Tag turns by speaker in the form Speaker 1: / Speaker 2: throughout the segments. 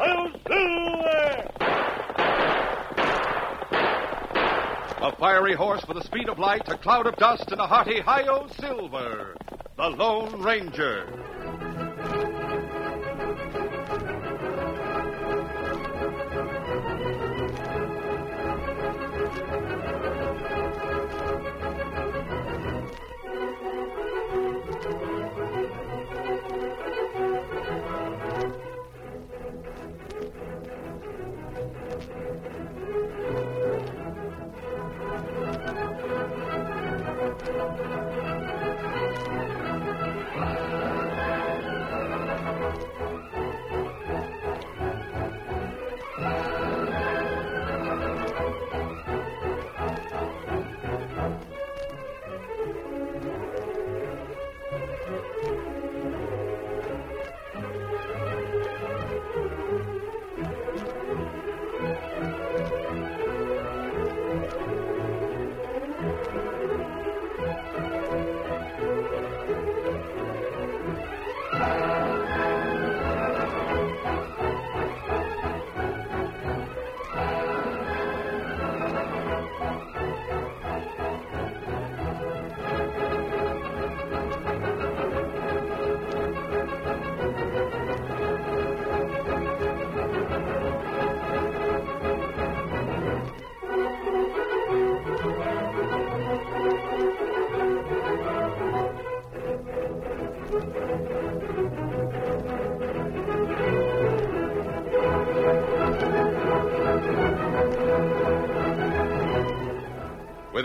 Speaker 1: I'll Silver!
Speaker 2: A fiery horse with the speed of light, a cloud of dust, and a hearty hi-yo silver. The Lone Ranger. With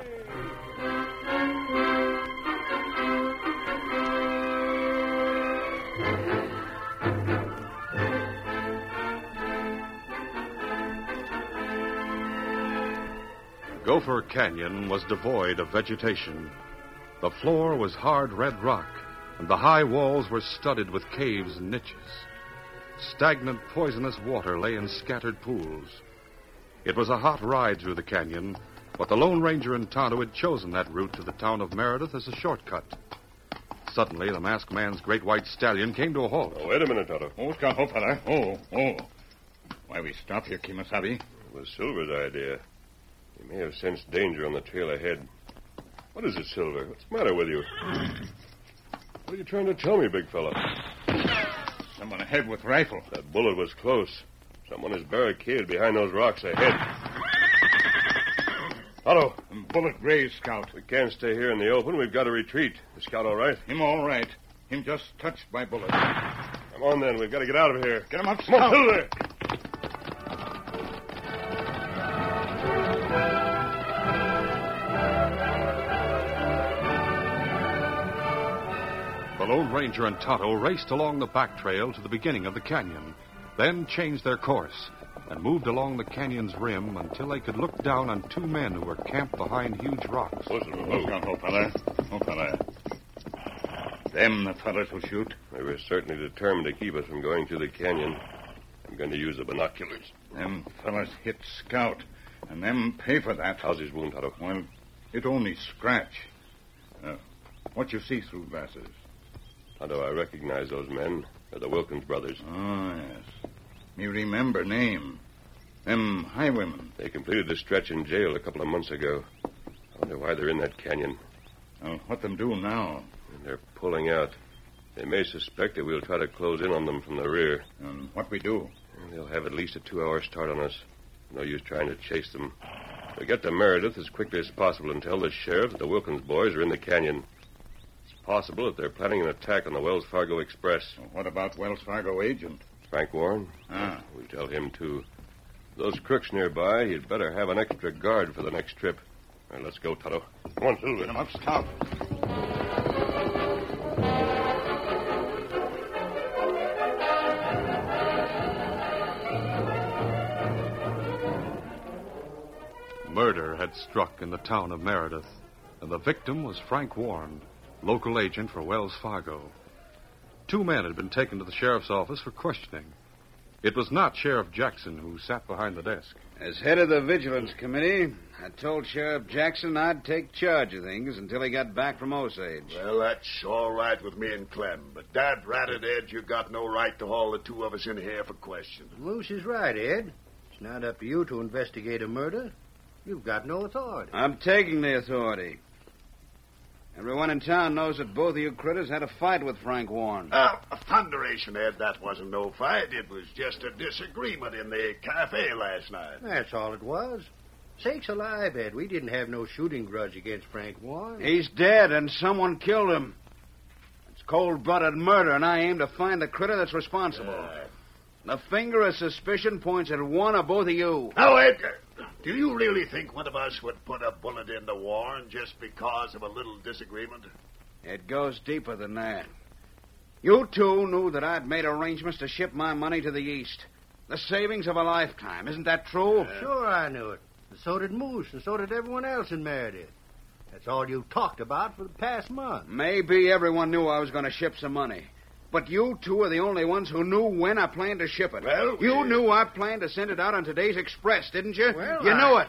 Speaker 2: Gopher Canyon was devoid of vegetation. The floor was hard red rock, and the high walls were studded with caves and niches. Stagnant, poisonous water lay in scattered pools. It was a hot ride through the canyon, but the Lone Ranger and Tonto had chosen that route to the town of Meredith as a shortcut. Suddenly, the masked man's great white stallion came to a halt.
Speaker 3: Oh, wait a minute, Toto.
Speaker 4: Oh, Scarfo, fella. Oh, oh. Why we stop here, Kimasabi?
Speaker 3: It was Silver's idea. He may have sensed danger on the trail ahead. What is it, Silver? What's the matter with you? What are you trying to tell me, big fellow?
Speaker 4: Someone ahead with rifle.
Speaker 3: That bullet was close. Someone is barricaded behind those rocks ahead. Otto,
Speaker 4: Bullet grazed scout.
Speaker 3: we can't stay here in the open. We've got to retreat. The scout all right?
Speaker 4: Him all right. Him just touched by bullet.
Speaker 3: Come on, then. We've got to get out of here.
Speaker 4: Get him up,
Speaker 3: Come on,
Speaker 4: scout.
Speaker 3: Silver!
Speaker 2: The Lone Ranger and Tonto raced along the back trail to the beginning of the canyon, then changed their course and moved along the canyon's rim until they could look down on two men who were camped behind huge rocks.
Speaker 3: Listen,
Speaker 4: Oh, Scarfo, fella. Oh, fella. Them the fellas who shoot.
Speaker 3: They were certainly determined to keep us from going through the canyon. I'm going to use the binoculars.
Speaker 4: Them fellas hit scout. And them pay for that.
Speaker 3: How's his wound, Otto?
Speaker 4: Well, it only scratch. Uh, what you see through glasses?
Speaker 3: How do I recognize those men? They're the Wilkins brothers.
Speaker 4: Oh, yes. Me remember name. Them highwaymen.
Speaker 3: They completed the stretch in jail a couple of months ago. I wonder why they're in that canyon.
Speaker 4: Uh, what them do now?
Speaker 3: And they're pulling out. They may suspect that we'll try to close in on them from the rear.
Speaker 4: And what we do?
Speaker 3: And they'll have at least a two-hour start on us. No use trying to chase them. We'll get to Meredith as quickly as possible and tell the sheriff that the Wilkins boys are in the canyon. possible that they're planning an attack on the Wells Fargo Express.
Speaker 4: What about Wells Fargo agent?
Speaker 3: Frank Warren?
Speaker 4: Ah.
Speaker 3: We tell him to. Those crooks nearby, he'd better have an extra guard for the next trip. All right, let's go, Toto. Come on, Silver.
Speaker 4: Get him up, Scout.
Speaker 2: Murder had struck in the town of Meredith, and the victim was Frank Warren, local agent for Wells Fargo. Two men had been taken to the sheriff's office for questioning. It was not Sheriff Jackson who sat behind the desk.
Speaker 5: As head of the Vigilance Committee, I told Sheriff Jackson I'd take charge of things until he got back from Osage.
Speaker 6: Well, that's all right with me and Clem, but that ratted Ed, you got no right to haul the two of us in here for questioning.
Speaker 7: Moose is right, Ed. It's not up to you to investigate a murder. You've got no authority.
Speaker 5: I'm taking the authority. Everyone in town knows that both of you critters had a fight with Frank Warren.
Speaker 6: Uh, thunderation, Ed, that wasn't no fight. It was just a disagreement in the cafe last night.
Speaker 7: That's all it was. Sakes alive, Ed. We didn't have no shooting grudge against Frank Warren.
Speaker 5: He's dead, and someone killed him. It's cold blooded murder, and I aim to find the critter that's responsible.
Speaker 6: Uh,
Speaker 5: The finger of suspicion points at one or both of you.
Speaker 6: now, Ed, uh, do you really think one of us would put a bullet into Warren just because of a little disagreement?
Speaker 5: It goes deeper than that. You two knew that I'd made arrangements to ship my money to the East. The savings of a lifetime. Isn't that true?
Speaker 7: Sure, I knew it. And so did Moose, and so did everyone else in Meredith. That's all you talked about for the past month.
Speaker 5: Maybe everyone knew I was going to ship some money. But you two are the only ones who knew when I planned to ship it.
Speaker 6: Well, we-
Speaker 5: you knew I planned to send it out on today's express, didn't you?
Speaker 7: Well,
Speaker 5: you
Speaker 7: I-
Speaker 5: knew it.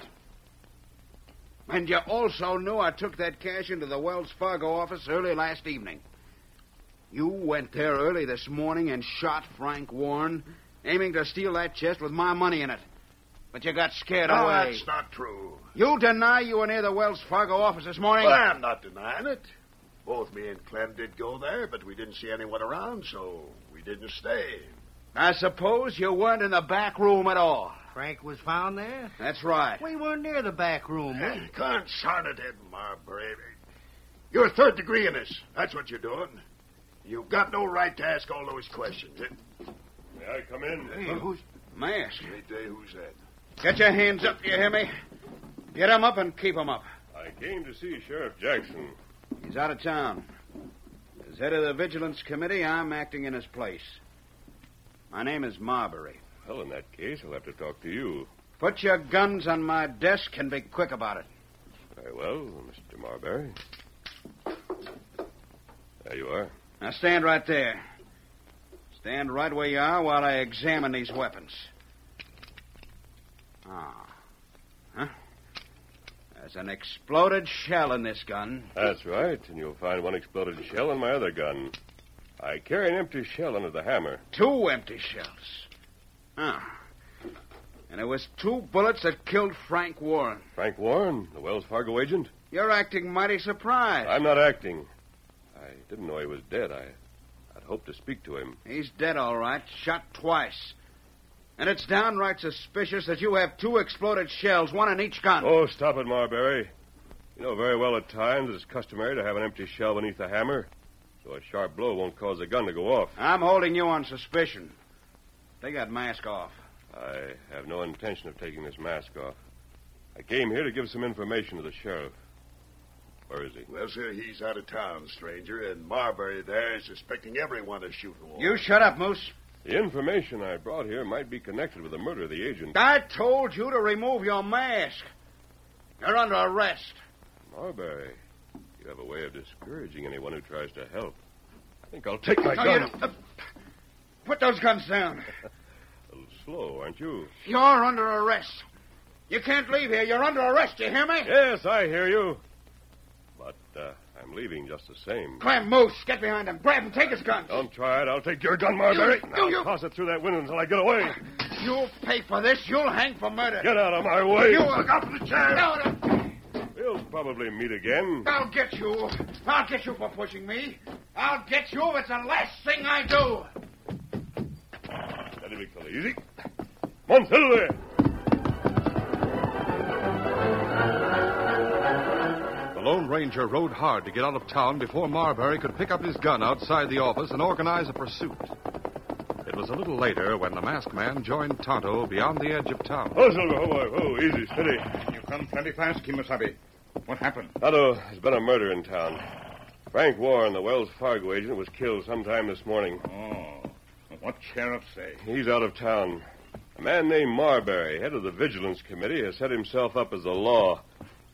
Speaker 5: And you also knew I took that cash into the Wells Fargo office early last evening. You went there early this morning and shot Frank Warren, aiming to steal that chest with my money in it. But you got scared
Speaker 6: No,
Speaker 5: away.
Speaker 6: that's not true.
Speaker 5: You deny you were near the Wells Fargo office this morning.
Speaker 6: Well, I'm not denying it. Both me and Clem did go there, but we didn't see anyone around, so we didn't stay.
Speaker 5: I suppose you weren't in the back room at all.
Speaker 7: Frank was found there.
Speaker 5: That's right.
Speaker 7: We weren't near the back room. We...
Speaker 6: Consarn it, Ed Marbury. You're third degree in this. That's what you're doing. You've got no right to ask all those questions. It,
Speaker 3: May I come in?
Speaker 6: who's
Speaker 5: Mask.
Speaker 6: Great day, who's that?
Speaker 5: Get your hands up, do you hear me? Get 'em up and keep 'em up.
Speaker 3: I came to see Sheriff Jackson.
Speaker 5: He's out of town. As head of the Vigilance Committee, I'm acting in his place. My name is Marbury.
Speaker 3: Well, in that case, I'll have to talk to you.
Speaker 5: Put your guns on my desk and be quick about it.
Speaker 3: Very well, Mr. Marbury. There you are.
Speaker 5: Now stand right there. Stand right where you are while I examine these weapons. Ah. Huh? There's an exploded shell in this gun.
Speaker 3: That's right, and you'll find one exploded shell in my other gun. I carry an empty shell under the hammer.
Speaker 5: Two empty shells. Ah. And it was two bullets that killed Frank Warren.
Speaker 3: Frank Warren, the Wells Fargo agent?
Speaker 5: You're acting mighty surprised.
Speaker 3: I'm not acting. I didn't know he was dead. I, I'd hoped to speak to him.
Speaker 5: He's dead, all right. Shot twice. And it's downright suspicious that you have two exploded shells, one in each gun.
Speaker 3: Oh, stop it, Marbury. You know very well at times it's customary to have an empty shell beneath the hammer, so a sharp blow won't cause the gun to go off.
Speaker 5: I'm holding you on suspicion. Take that mask off.
Speaker 3: I have no intention of taking this mask off. I came here to give some information to the sheriff. Where is he?
Speaker 6: Well, sir, he's out of town, stranger, and Marbury there is suspecting everyone of shooting Warren.
Speaker 5: You shut up, Moose.
Speaker 3: The information I brought here might be connected with the murder of the agent.
Speaker 5: I told you to remove your mask. You're under arrest.
Speaker 3: Marbury, you have a way of discouraging anyone who tries to help. I think I'll take my
Speaker 5: No,
Speaker 3: gun.
Speaker 5: you- uh, put those guns down.
Speaker 3: A little slow, aren't you?
Speaker 5: You're under arrest. You can't leave here. You're under arrest. You hear me?
Speaker 3: Yes, I hear you. But uh, I'm leaving just the same.
Speaker 5: Clem, Moose, get behind him. Grab him. Take his guns.
Speaker 3: Don't try it. I'll take your gun, Marbury.
Speaker 5: You- you-
Speaker 3: Now
Speaker 5: you-
Speaker 3: toss it through that window until I get away.
Speaker 5: You'll pay for this. You'll hang for murder.
Speaker 3: Get out of my way.
Speaker 5: You are up the chair. No, no.
Speaker 3: We'll probably meet again.
Speaker 5: I'll get you. I'll get you for pushing me. I'll get you if it's the last thing I do.
Speaker 3: That'll be kind of easy. Come on, Silver.
Speaker 2: Lone Ranger rode hard to get out of town before Marbury could pick up his gun outside the office and organize a pursuit. It was a little later when the masked man joined Tonto beyond the edge of town.
Speaker 3: Oh, Silver, oh, boy. Oh, easy, steady.
Speaker 4: You come plenty fast, Kimasabi. What happened?
Speaker 3: Otto, there's been a murder in town. Frank Warren, the Wells Fargo agent, was killed sometime this morning.
Speaker 4: Oh, what sheriff say?
Speaker 3: He's out of town. A man named Marbury, head of the Vigilance Committee, has set himself up as the law.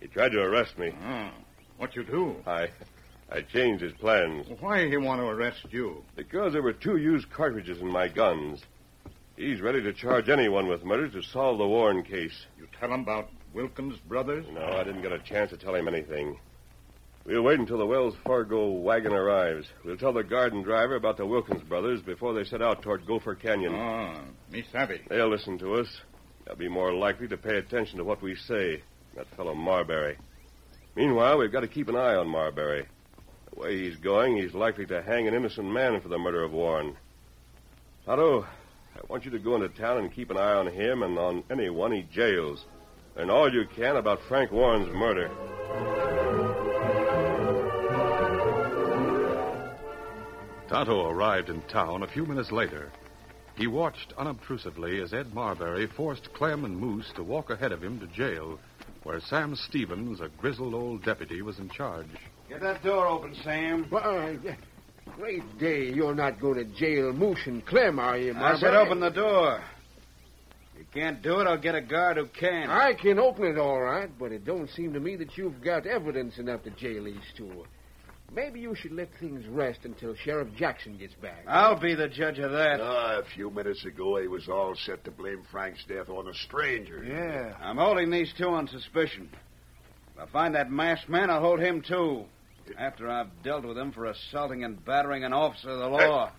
Speaker 3: He tried to arrest me.
Speaker 4: Oh, what you do?
Speaker 3: I, I changed his plans
Speaker 4: Why he want to arrest you?
Speaker 3: because there were two used cartridges in my guns. He's ready to charge anyone with murder to solve the Warren case.
Speaker 4: You tell him about Wilkins Brothers?
Speaker 3: No, I didn't get a chance to tell him anything. We'll wait until the Wells Fargo wagon arrives. We'll tell the garden driver about the Wilkins brothers before they set out toward Gopher Canyon.
Speaker 4: Oh, me savvy.
Speaker 3: They'll listen to us. They'll be more likely to pay attention to what we say. That fellow Marbury. Meanwhile, we've got to keep an eye on Marbury. The way he's going, he's likely to hang an innocent man for the murder of Warren. Toto, I want you to go into town and keep an eye on him and on anyone he jails. Learn all you can about Frank Warren's murder.
Speaker 2: Tonto arrived in town a few minutes later. He watched unobtrusively as Ed Marbury forced Clem and Moose to walk ahead of him to jail, where Sam Stevens, a grizzled old deputy, was in charge.
Speaker 5: Get that door open, Sam.
Speaker 8: Why, great day. You're not going to jail Moose and Clem, are you,
Speaker 5: I said open the door. You can't do it, I'll get a guard who can.
Speaker 8: I can open it all right, but it don't seem to me that you've got evidence enough to jail these two. Maybe you should let things rest until Sheriff Jackson gets back.
Speaker 5: I'll be the judge of that.
Speaker 6: Ah, a few minutes ago, he was all set to blame Frank's death on a stranger.
Speaker 7: Yeah.
Speaker 5: I'm holding these two on suspicion. If I find that masked man, I'll hold him too. After I've dealt with him for assaulting and battering an officer of the law.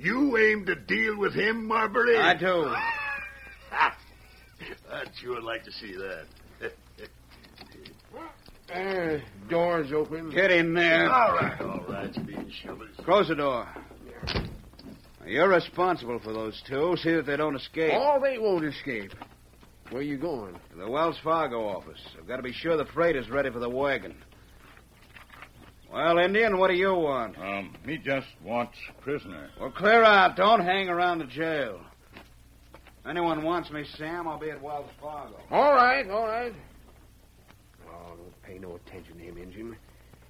Speaker 6: You aim to deal with him, Marbury?
Speaker 5: I do.
Speaker 6: Ah, I'd sure like to see that.
Speaker 8: Uh, door's open.
Speaker 5: Get in there.
Speaker 6: All right, all right, you bean shivers.
Speaker 5: Close the door. Now, You're responsible for those two. See that they don't escape.
Speaker 8: All they won't escape. Where you going?
Speaker 5: To The Wells Fargo office. I've got to be sure the freight is ready for the wagon. Well, Indian, what do you want?
Speaker 4: Um, me just wants prisoner.
Speaker 5: Well, clear out. Don't hang around the jail. If anyone wants me, Sam, I'll be at Wells Fargo.
Speaker 8: All right, all right. Oh, don't pay no attention to him, Injun.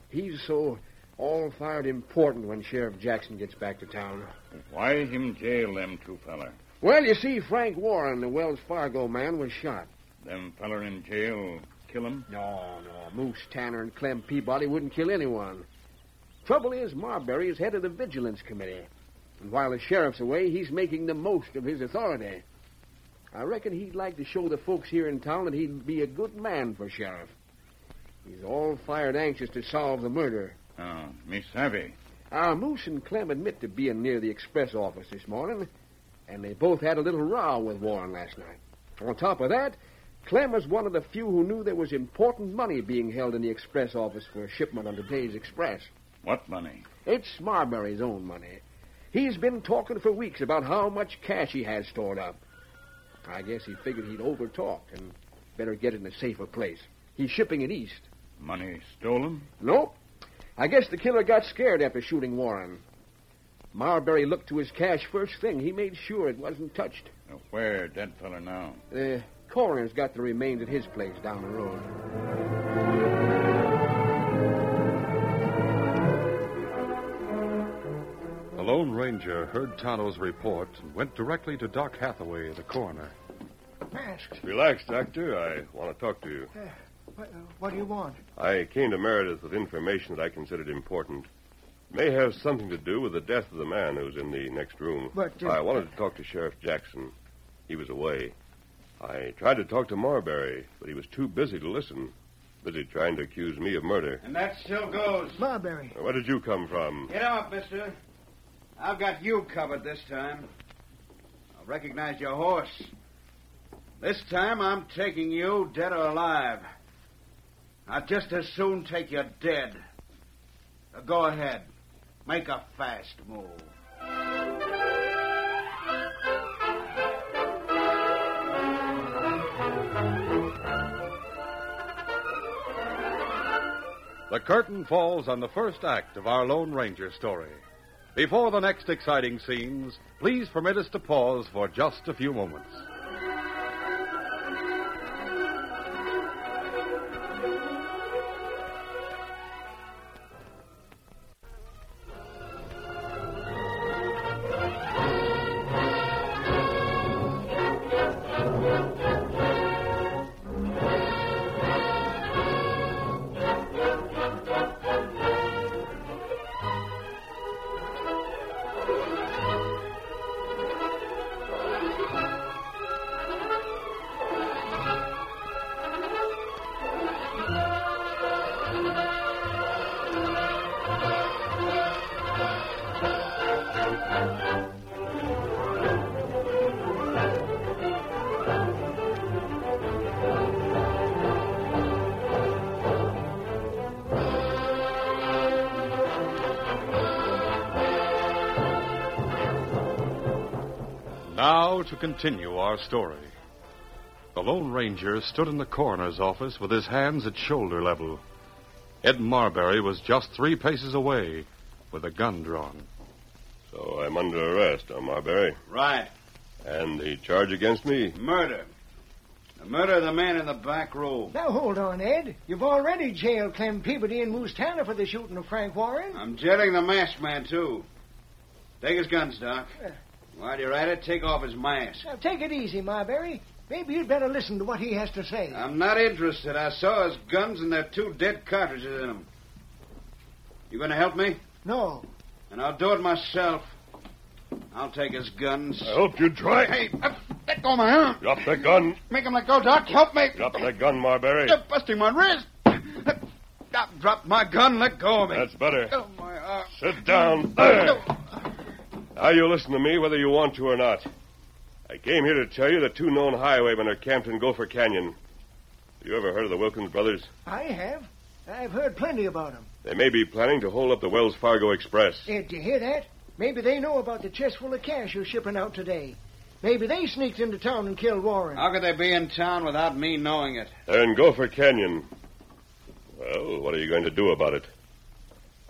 Speaker 8: He's so all fired important when Sheriff Jackson gets back to town.
Speaker 4: Why him jail them two feller?
Speaker 8: Well, you see, Frank Warren, the Wells Fargo man, was shot.
Speaker 4: Them feller in jail kill him?
Speaker 8: No, no. Moose Tanner and Clem Peabody wouldn't kill anyone. Trouble is, Marbury is head of the Vigilance Committee. And while the sheriff's away, he's making the most of his authority. I reckon he'd like to show the folks here in town that he'd be a good man for sheriff. He's all fired anxious to solve the murder.
Speaker 4: Oh, me savvy.
Speaker 8: Our Moose and Clem admit to being near the express office this morning, and they both had a little row with Warren last night. On top of that, Clem was one of the few who knew there was important money being held in the express office for a shipment on today's express.
Speaker 4: What money?
Speaker 8: It's Marbury's own money. He's been talking for weeks about how much cash he has stored up. I guess he figured he'd overtalked and better get it in a safer place. He's shipping it east.
Speaker 4: Money stolen?
Speaker 8: Nope. I guess the killer got scared after shooting Warren. Marbury looked to his cash first thing. He made sure it wasn't touched.
Speaker 4: Uh, Where dead feller now?
Speaker 8: The coroner's got the remains at his place down the road.
Speaker 2: The Lone Ranger heard Tonto's report and went directly to Doc Hathaway, the coroner.
Speaker 7: Masked.
Speaker 3: Relax, Doctor. I want to talk to you.
Speaker 7: Uh, What, what do you want?
Speaker 3: I came to Meredith with information that I considered important. It may have something to do with the death of the man who's in the next room.
Speaker 7: But, uh,
Speaker 3: I wanted to talk to Sheriff Jackson. He was away. I tried to talk to Marbury, but he was too busy to listen. Busy trying to accuse me of murder.
Speaker 5: And that still goes.
Speaker 7: Marbury.
Speaker 3: Where did you come from?
Speaker 5: Get up, mister. I've got you covered this time. I recognize your horse. This time I'm taking you, dead or alive. I'd just as soon take you dead. Now go ahead. Make a fast move.
Speaker 2: the curtain falls on the first act of our Lone Ranger story. Before the next exciting scenes, please permit us to pause for just a few moments. Now to continue our story. The Lone Ranger stood in the coroner's office with his hands at shoulder level. Ed Marbury was just three paces away with a gun drawn.
Speaker 3: So I'm under arrest, huh, Marbury?
Speaker 5: Right.
Speaker 3: And the charge against me?
Speaker 5: Murder. The murder of the man in the back row.
Speaker 9: Now, hold on, Ed. You've already jailed Clem Peabody and Moose Tanner for the shooting of Frank Warren.
Speaker 5: I'm jailing the masked man, too. Take his guns, Doc. While you're at it, take off his mask.
Speaker 9: Now, take it easy, Marbury. Maybe you'd better listen to what he has to say.
Speaker 5: I'm not interested. I saw his guns and there are two dead cartridges in them. You going to help me?
Speaker 9: No.
Speaker 5: And I'll do it myself. I'll take his guns.
Speaker 3: I hope you try.
Speaker 5: Oh, Hey, uh, let go of my arm.
Speaker 3: Drop that gun.
Speaker 5: Make him let go, Doc. Help me.
Speaker 3: Drop that gun, Marbury.
Speaker 5: You're busting my wrist. Doc, drop my gun. Let go of me.
Speaker 3: That's better.
Speaker 5: Oh, my oh. arm.
Speaker 3: Sit down. There. Now you listen to me whether you want to or not. I came here to tell you that two known highwaymen are camped in Gopher Canyon. You ever heard of the Wilkins brothers?
Speaker 9: I have. I've heard plenty about him.
Speaker 3: They may be planning to hold up the Wells Fargo Express.
Speaker 9: Ed, do you hear that? Maybe they know about the chest full of cash you're shipping out today. Maybe they sneaked into town and killed Warren.
Speaker 5: How could they be in town without me knowing it?
Speaker 3: They're in Gopher Canyon. Well, what are you going to do about it?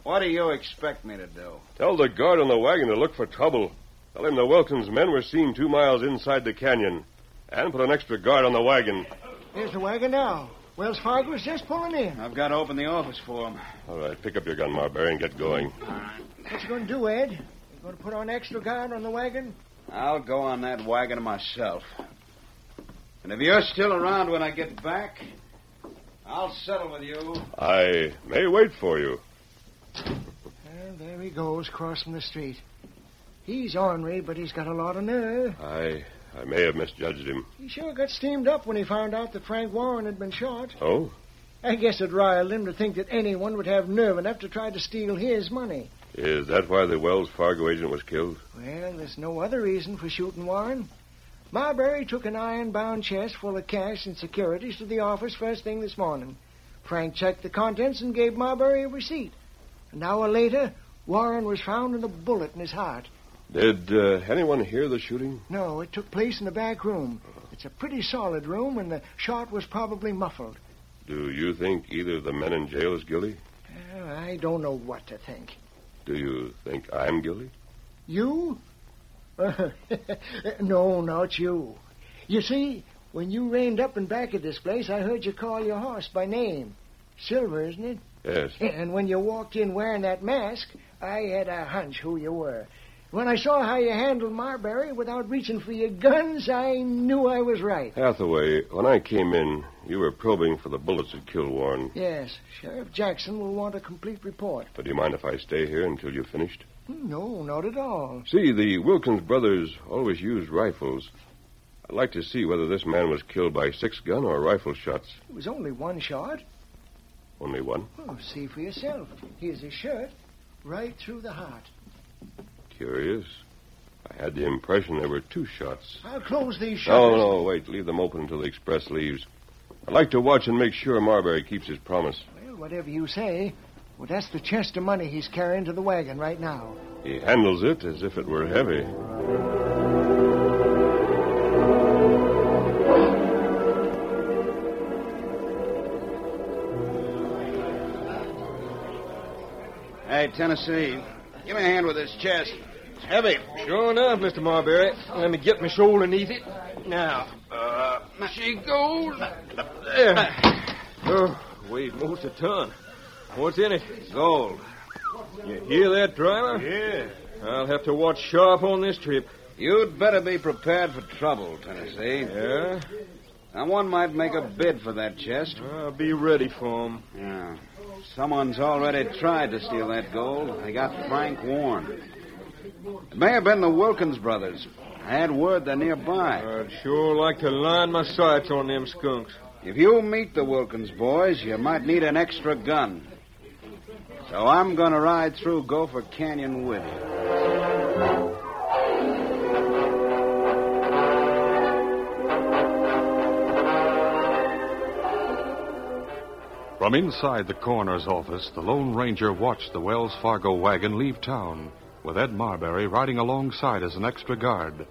Speaker 5: What do you expect me to do?
Speaker 3: Tell the guard on the wagon to look for trouble. Tell him the Wilkins men were seen two miles inside the canyon. And put an extra guard on the wagon.
Speaker 9: There's the wagon now. Wells Fargo's just pulling in.
Speaker 5: I've got to open the office for him.
Speaker 3: All right, pick up your gun, Marbury, and get going.
Speaker 9: What you going to do, Ed? You going to put on extra guard on the wagon?
Speaker 5: I'll go on that wagon myself. And if you're still around when I get back, I'll settle with you.
Speaker 3: I may wait for you.
Speaker 9: Well, there he goes, crossing the street. He's ornery, but he's got a lot of nerve.
Speaker 3: I I may have misjudged him.
Speaker 9: He sure got steamed up when he found out that Frank Warren had been shot.
Speaker 3: Oh?
Speaker 9: I guess it riled him to think that anyone would have nerve enough to try to steal his money.
Speaker 3: Is that why the Wells Fargo agent was killed?
Speaker 9: Well, there's no other reason for shooting Warren. Marbury took an iron-bound chest full of cash and securities to the office first thing this morning. Frank checked the contents and gave Marbury a receipt. An hour later, Warren was found with a bullet in his heart.
Speaker 3: Did uh, anyone hear the shooting?
Speaker 9: No, it took place in the back room. It's a pretty solid room, and the shot was probably muffled.
Speaker 3: Do you think either of the men in jail is guilty?
Speaker 9: Uh, I don't know what to think.
Speaker 3: Do you think I'm guilty?
Speaker 9: You? no, not you. You see, when you reined up and back at this place, I heard you call your horse by name. Silver, isn't it?
Speaker 3: Yes.
Speaker 9: And when you walked in wearing that mask, I had a hunch who you were. When I saw how you handled Marbury without reaching for your guns, I knew I was right.
Speaker 3: Hathaway, when I came in, you were probing for the bullets that killed Warren.
Speaker 9: Yes, Sheriff Jackson will want a complete report. Hmm,
Speaker 3: But do you mind if I stay here until you've finished?
Speaker 9: No, not at all.
Speaker 3: See, the Wilkins brothers always used rifles. I'd like to see whether this man was killed by six gun or rifle shots.
Speaker 9: It was only one shot.
Speaker 3: Only one?
Speaker 9: Oh, see for yourself. Here's his shirt, right through the heart.
Speaker 3: Curious. I had the impression there were two shots.
Speaker 9: I'll close these
Speaker 3: No,
Speaker 9: shutters.
Speaker 3: no, wait. Leave them open until the express leaves. I'd like to watch and make sure Marbury keeps his promise.
Speaker 9: Well, whatever you say. Well, that's the chest of money he's carrying to the wagon right now.
Speaker 3: He handles it as if it were heavy.
Speaker 5: right, Tennessee. Give me a hand with this chest. It's heavy.
Speaker 10: Sure enough, Mr. Marbury. Let me get my shoulder neath it. Now.
Speaker 5: Uh, she goes.
Speaker 10: There. Oh, weighs most a ton. What's in it? Gold. You hear that, driver? Yeah. I'll have to watch sharp on this trip.
Speaker 5: You'd better be prepared for trouble, Tennessee.
Speaker 10: Yeah?
Speaker 5: Now, one might make a bid for that chest.
Speaker 10: I'll be ready for 'em.
Speaker 5: Yeah. Someone's already tried to steal that gold. They got Frank Warren. It may have been the Wilkins brothers. I had word they're nearby.
Speaker 10: I'd sure like to line my sights on them skunks.
Speaker 5: If you meet the Wilkins boys, you might need an extra gun. So I'm going to ride through Gopher Canyon with you.
Speaker 2: From inside the coroner's office, the Lone Ranger watched the Wells Fargo wagon leave town, with Ed Marbury riding alongside as an extra guard.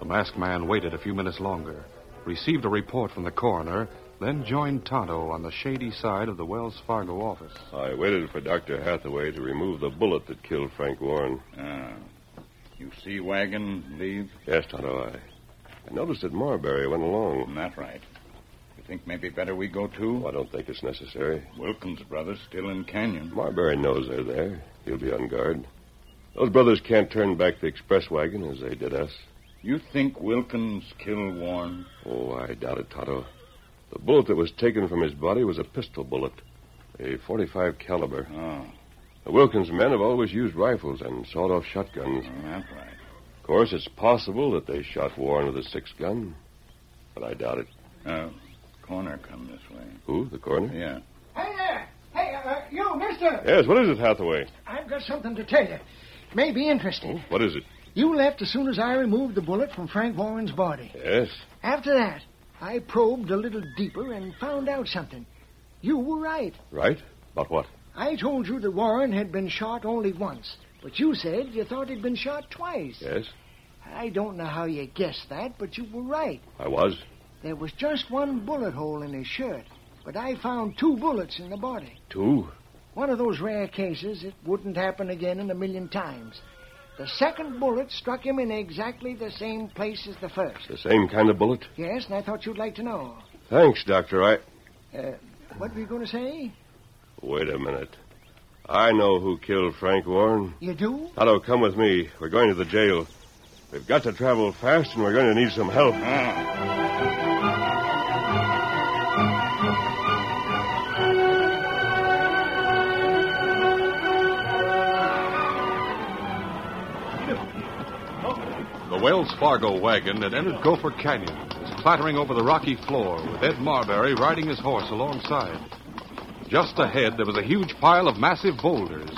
Speaker 2: The masked man waited a few minutes longer, received a report from the coroner, then joined Tonto on the shady side of the Wells Fargo office.
Speaker 3: I waited for Dr. Hathaway to remove the bullet that killed Frank Warren.
Speaker 4: Ah. You see wagon leave?
Speaker 3: Yes, Tonto, I, I noticed that Marbury went along.
Speaker 4: Not right. You think maybe better we go too?
Speaker 3: I don't think it's necessary.
Speaker 4: Wilkins brothers still in Canyon.
Speaker 3: Marbury knows they're there. He'll be on guard. Those brothers can't turn back the express wagon as they did us.
Speaker 4: You think Wilkins killed Warren?
Speaker 3: Oh, I doubt it, Tonto. The bullet that was taken from his body was a pistol bullet, a 45 caliber.
Speaker 4: Oh,
Speaker 3: The Wilkins men have always used rifles and sawed-off shotguns.
Speaker 4: that's right.
Speaker 3: Of course, it's possible that they shot Warren with a six-gun, but I doubt it.
Speaker 4: Uh, corner come this way.
Speaker 3: Who? The coroner?
Speaker 4: Yeah.
Speaker 9: Hey there! Hey, uh, you, mister!
Speaker 3: Yes. What is it, Hathaway?
Speaker 9: I've got something to tell you. It may be interesting.
Speaker 3: What is it?
Speaker 9: You left as soon as I removed the bullet from Frank Warren's body.
Speaker 3: Yes.
Speaker 9: After that, I probed a little deeper and found out something. You were right.
Speaker 3: Right. About what?
Speaker 9: I told you that Warren had been shot only once, but you said you thought he'd been shot twice.
Speaker 3: Yes.
Speaker 9: I don't know how you guessed that, but you were right.
Speaker 3: I was.
Speaker 9: There was just one bullet hole in his shirt, but I found two bullets in the body.
Speaker 3: Two.
Speaker 9: One of those rare cases, it wouldn't happen again in a million times. The second bullet struck him in exactly the same place as the first.
Speaker 3: The same kind of bullet.
Speaker 9: Yes, and I thought you'd like to know.
Speaker 3: Thanks, doctor. I.
Speaker 9: Uh, what were you going to say?
Speaker 3: Wait a minute. I know who killed Frank Warren.
Speaker 9: You do?
Speaker 3: Otto, come with me. We're going to the jail. We've got to travel fast, and we're going to need some help.
Speaker 2: The Wells Fargo wagon had entered Gopher Canyon, was clattering over the rocky floor, with Ed Marbury riding his horse alongside. Just ahead, there was a huge pile of massive boulders,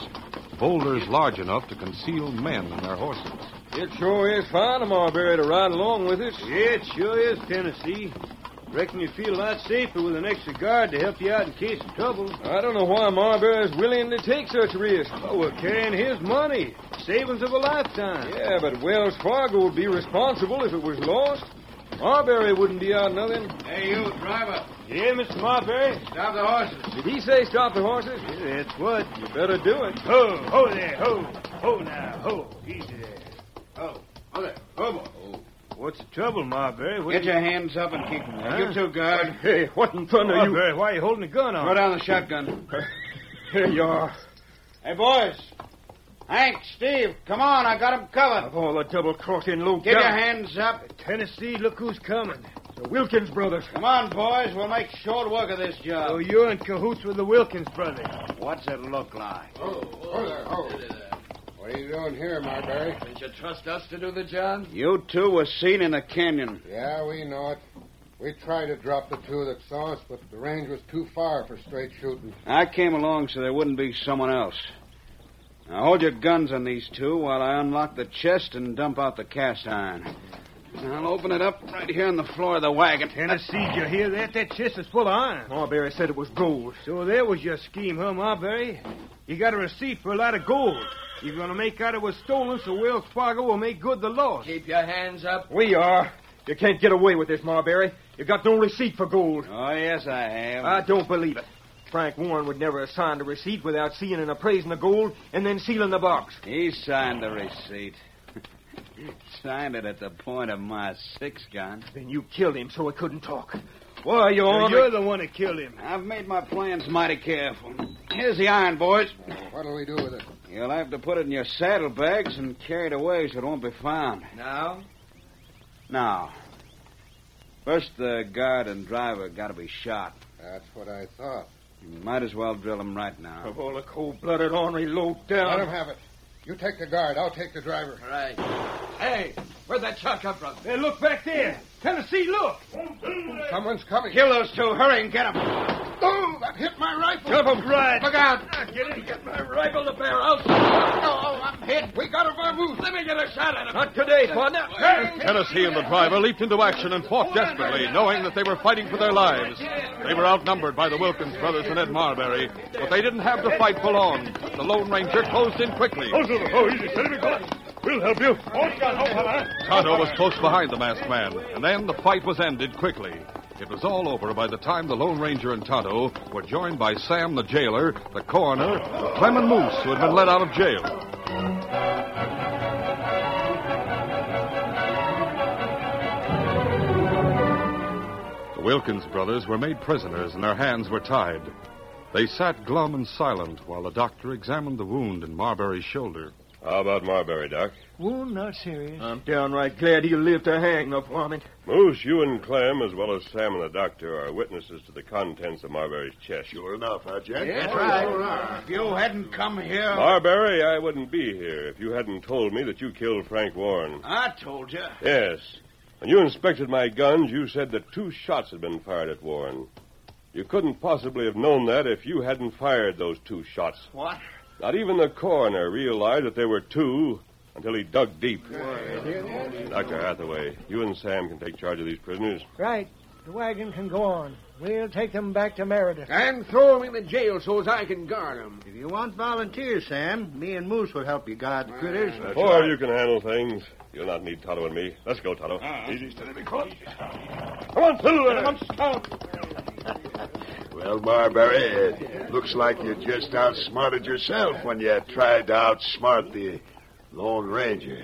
Speaker 2: boulders large enough to conceal men and their horses.
Speaker 10: It sure is fine of Marbury to ride along with us.
Speaker 11: Yeah, it sure is, Tennessee. Reckon you feel a lot safer with an extra guard to help you out in case of trouble.
Speaker 10: I don't know why Marbury's willing to take such a risk.
Speaker 11: Oh, we're carrying his money. Savings of a lifetime.
Speaker 10: Yeah, but Wells Fargo would be responsible if it was lost. Marbury wouldn't be out nothing.
Speaker 6: Hey, you, driver.
Speaker 11: Yeah, Mr. Marbury.
Speaker 6: Stop the horses.
Speaker 10: Did he say stop the horses?
Speaker 11: Yeah, that's what.
Speaker 10: You better do it.
Speaker 11: Ho, ho there, ho. Ho now, ho. Easy there.
Speaker 6: Oh, mother. Hobo.
Speaker 11: What's the trouble, Marbury? What
Speaker 5: Get
Speaker 11: you-
Speaker 5: your hands up and keep them.
Speaker 11: Huh?
Speaker 5: You too, guard.
Speaker 10: Hey, what in thunder you...
Speaker 11: Marbury, why are you holding a gun
Speaker 5: Throw
Speaker 11: on?
Speaker 5: down the shotgun.
Speaker 10: Here you are.
Speaker 5: Hey, boys. Hank, Steve, come on. I got 'em covered.
Speaker 10: Of all the double-crossing low
Speaker 5: Get your hands up.
Speaker 11: Tennessee, look who's coming.
Speaker 10: The Wilkins brothers.
Speaker 5: Come on, boys. We'll make short work of this
Speaker 11: Oh,
Speaker 5: job.
Speaker 11: you're in cahoots with the Wilkins brothers.
Speaker 5: What's it look like?
Speaker 12: Oh,
Speaker 8: What are you doing here, Marbury?
Speaker 5: Did you trust us to do the job? You two were seen in the canyon.
Speaker 12: Yeah, we know it. We tried to drop the two that saw us, but the range was too far for straight shooting.
Speaker 5: I came along so there wouldn't be someone else. Now hold your guns on these two while I unlock the chest and dump out the cast iron. And I'll open it up right here on the floor of the wagon.
Speaker 11: Tennessee, did you hear that? That chest is full of iron.
Speaker 10: Marbury said it was gold.
Speaker 11: So there was your scheme, huh, Marbury? You got a receipt for a lot of gold. You're going to make out it was stolen so Wells Fargo will make good the loss.
Speaker 8: Keep your hands up.
Speaker 10: We are. You can't get away with this, Marbury. You got no receipt for gold.
Speaker 5: Oh, yes, I have.
Speaker 10: I don't believe it.
Speaker 9: Frank Warren would never have signed a receipt without seeing and appraising the gold and then sealing the box.
Speaker 5: He signed the receipt. signed it at the point of my six gun.
Speaker 9: Then you killed him so he couldn't talk. Why, Your
Speaker 5: Now,
Speaker 9: Honor.
Speaker 5: you're
Speaker 9: the one that killed him.
Speaker 5: I've made my plans mighty careful. Here's the iron, boys.
Speaker 13: What'll we do with it?
Speaker 5: You'll have to put it in your saddlebags and carry it away so it won't be found.
Speaker 14: Now?
Speaker 5: Now, first the guard and driver got to be shot.
Speaker 13: That's what I thought.
Speaker 5: You might as well drill them right now.
Speaker 9: Of all the cold-blooded ornery low down.
Speaker 13: Let him have it. You take the guard. I'll take the driver.
Speaker 5: Right.
Speaker 14: Hey, where'd that shot come from? Hey, look back there. Tennessee, look.
Speaker 13: Someone's coming.
Speaker 14: Kill those two. Hurry and get them.
Speaker 13: Oh, that hit my rifle.
Speaker 14: Jump 'em.
Speaker 13: Right.
Speaker 14: Look out.
Speaker 13: Get in. Get my
Speaker 9: rifle to bear out.
Speaker 13: Oh, I'm hit. We got to move.
Speaker 9: Let me get a shot at him. Not today, partner.
Speaker 2: Tennessee and the driver leaped into action and fought desperately, knowing that they were fighting for their lives. They were outnumbered by the Wilkins brothers and Ed Marbury, but they didn't have to fight for long. The Lone Ranger closed in quickly.
Speaker 15: Hold it. Oh, easy, steady, McCullough. We'll help you.
Speaker 2: Tonto was close behind the masked man, and then the fight was ended quickly. It was all over by the time the Lone Ranger and Tonto were joined by Sam the jailer, the coroner, and Clement Moose, who had been let out of jail. The Wilkins brothers were made prisoners and their hands were tied. They sat glum and silent while the doctor examined the wound in Marbury's shoulder.
Speaker 3: How about Marbury, Doc?
Speaker 16: Wound not serious.
Speaker 9: I'm downright glad he lived to hang the varmint.
Speaker 3: Moose, you and Clem, as well as Sam and the doctor, are witnesses to the contents of Marbury's chest. Sure enough, huh, Jack?
Speaker 4: That's
Speaker 5: If you hadn't come here,
Speaker 3: Marbury, I wouldn't be here if you hadn't told me that you killed Frank Warren.
Speaker 5: I told you.
Speaker 3: Yes. When you inspected my guns, you said that two shots had been fired at Warren. You couldn't possibly have known that if you hadn't fired those two shots.
Speaker 5: What?
Speaker 3: Not even the coroner realized that there were two until he dug deep. Dr. Hathaway, you and Sam can take charge of these prisoners.
Speaker 16: Right. The wagon can go on. We'll take them back to Meredith.
Speaker 17: And throw him in the jail so's I can guard him.
Speaker 18: If you want volunteers, Sam, me and Moose will help you guard the critters.
Speaker 3: Or you can handle things. You'll not need Toto and me. Let's go, Toto. Easy, steady,
Speaker 4: McCullough.
Speaker 3: Come on, Fiddler.
Speaker 4: Well, Marbury, it looks like you just outsmarted yourself when you tried to outsmart the Lone Ranger.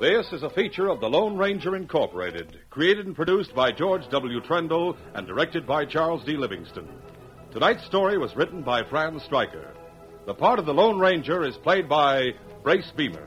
Speaker 2: This is a feature of The Lone Ranger Incorporated, created and produced by George W. Trendle and directed by Charles D. Livingston. Tonight's story was written by Franz Stryker. The part of the Lone Ranger is played by Brace Beamer.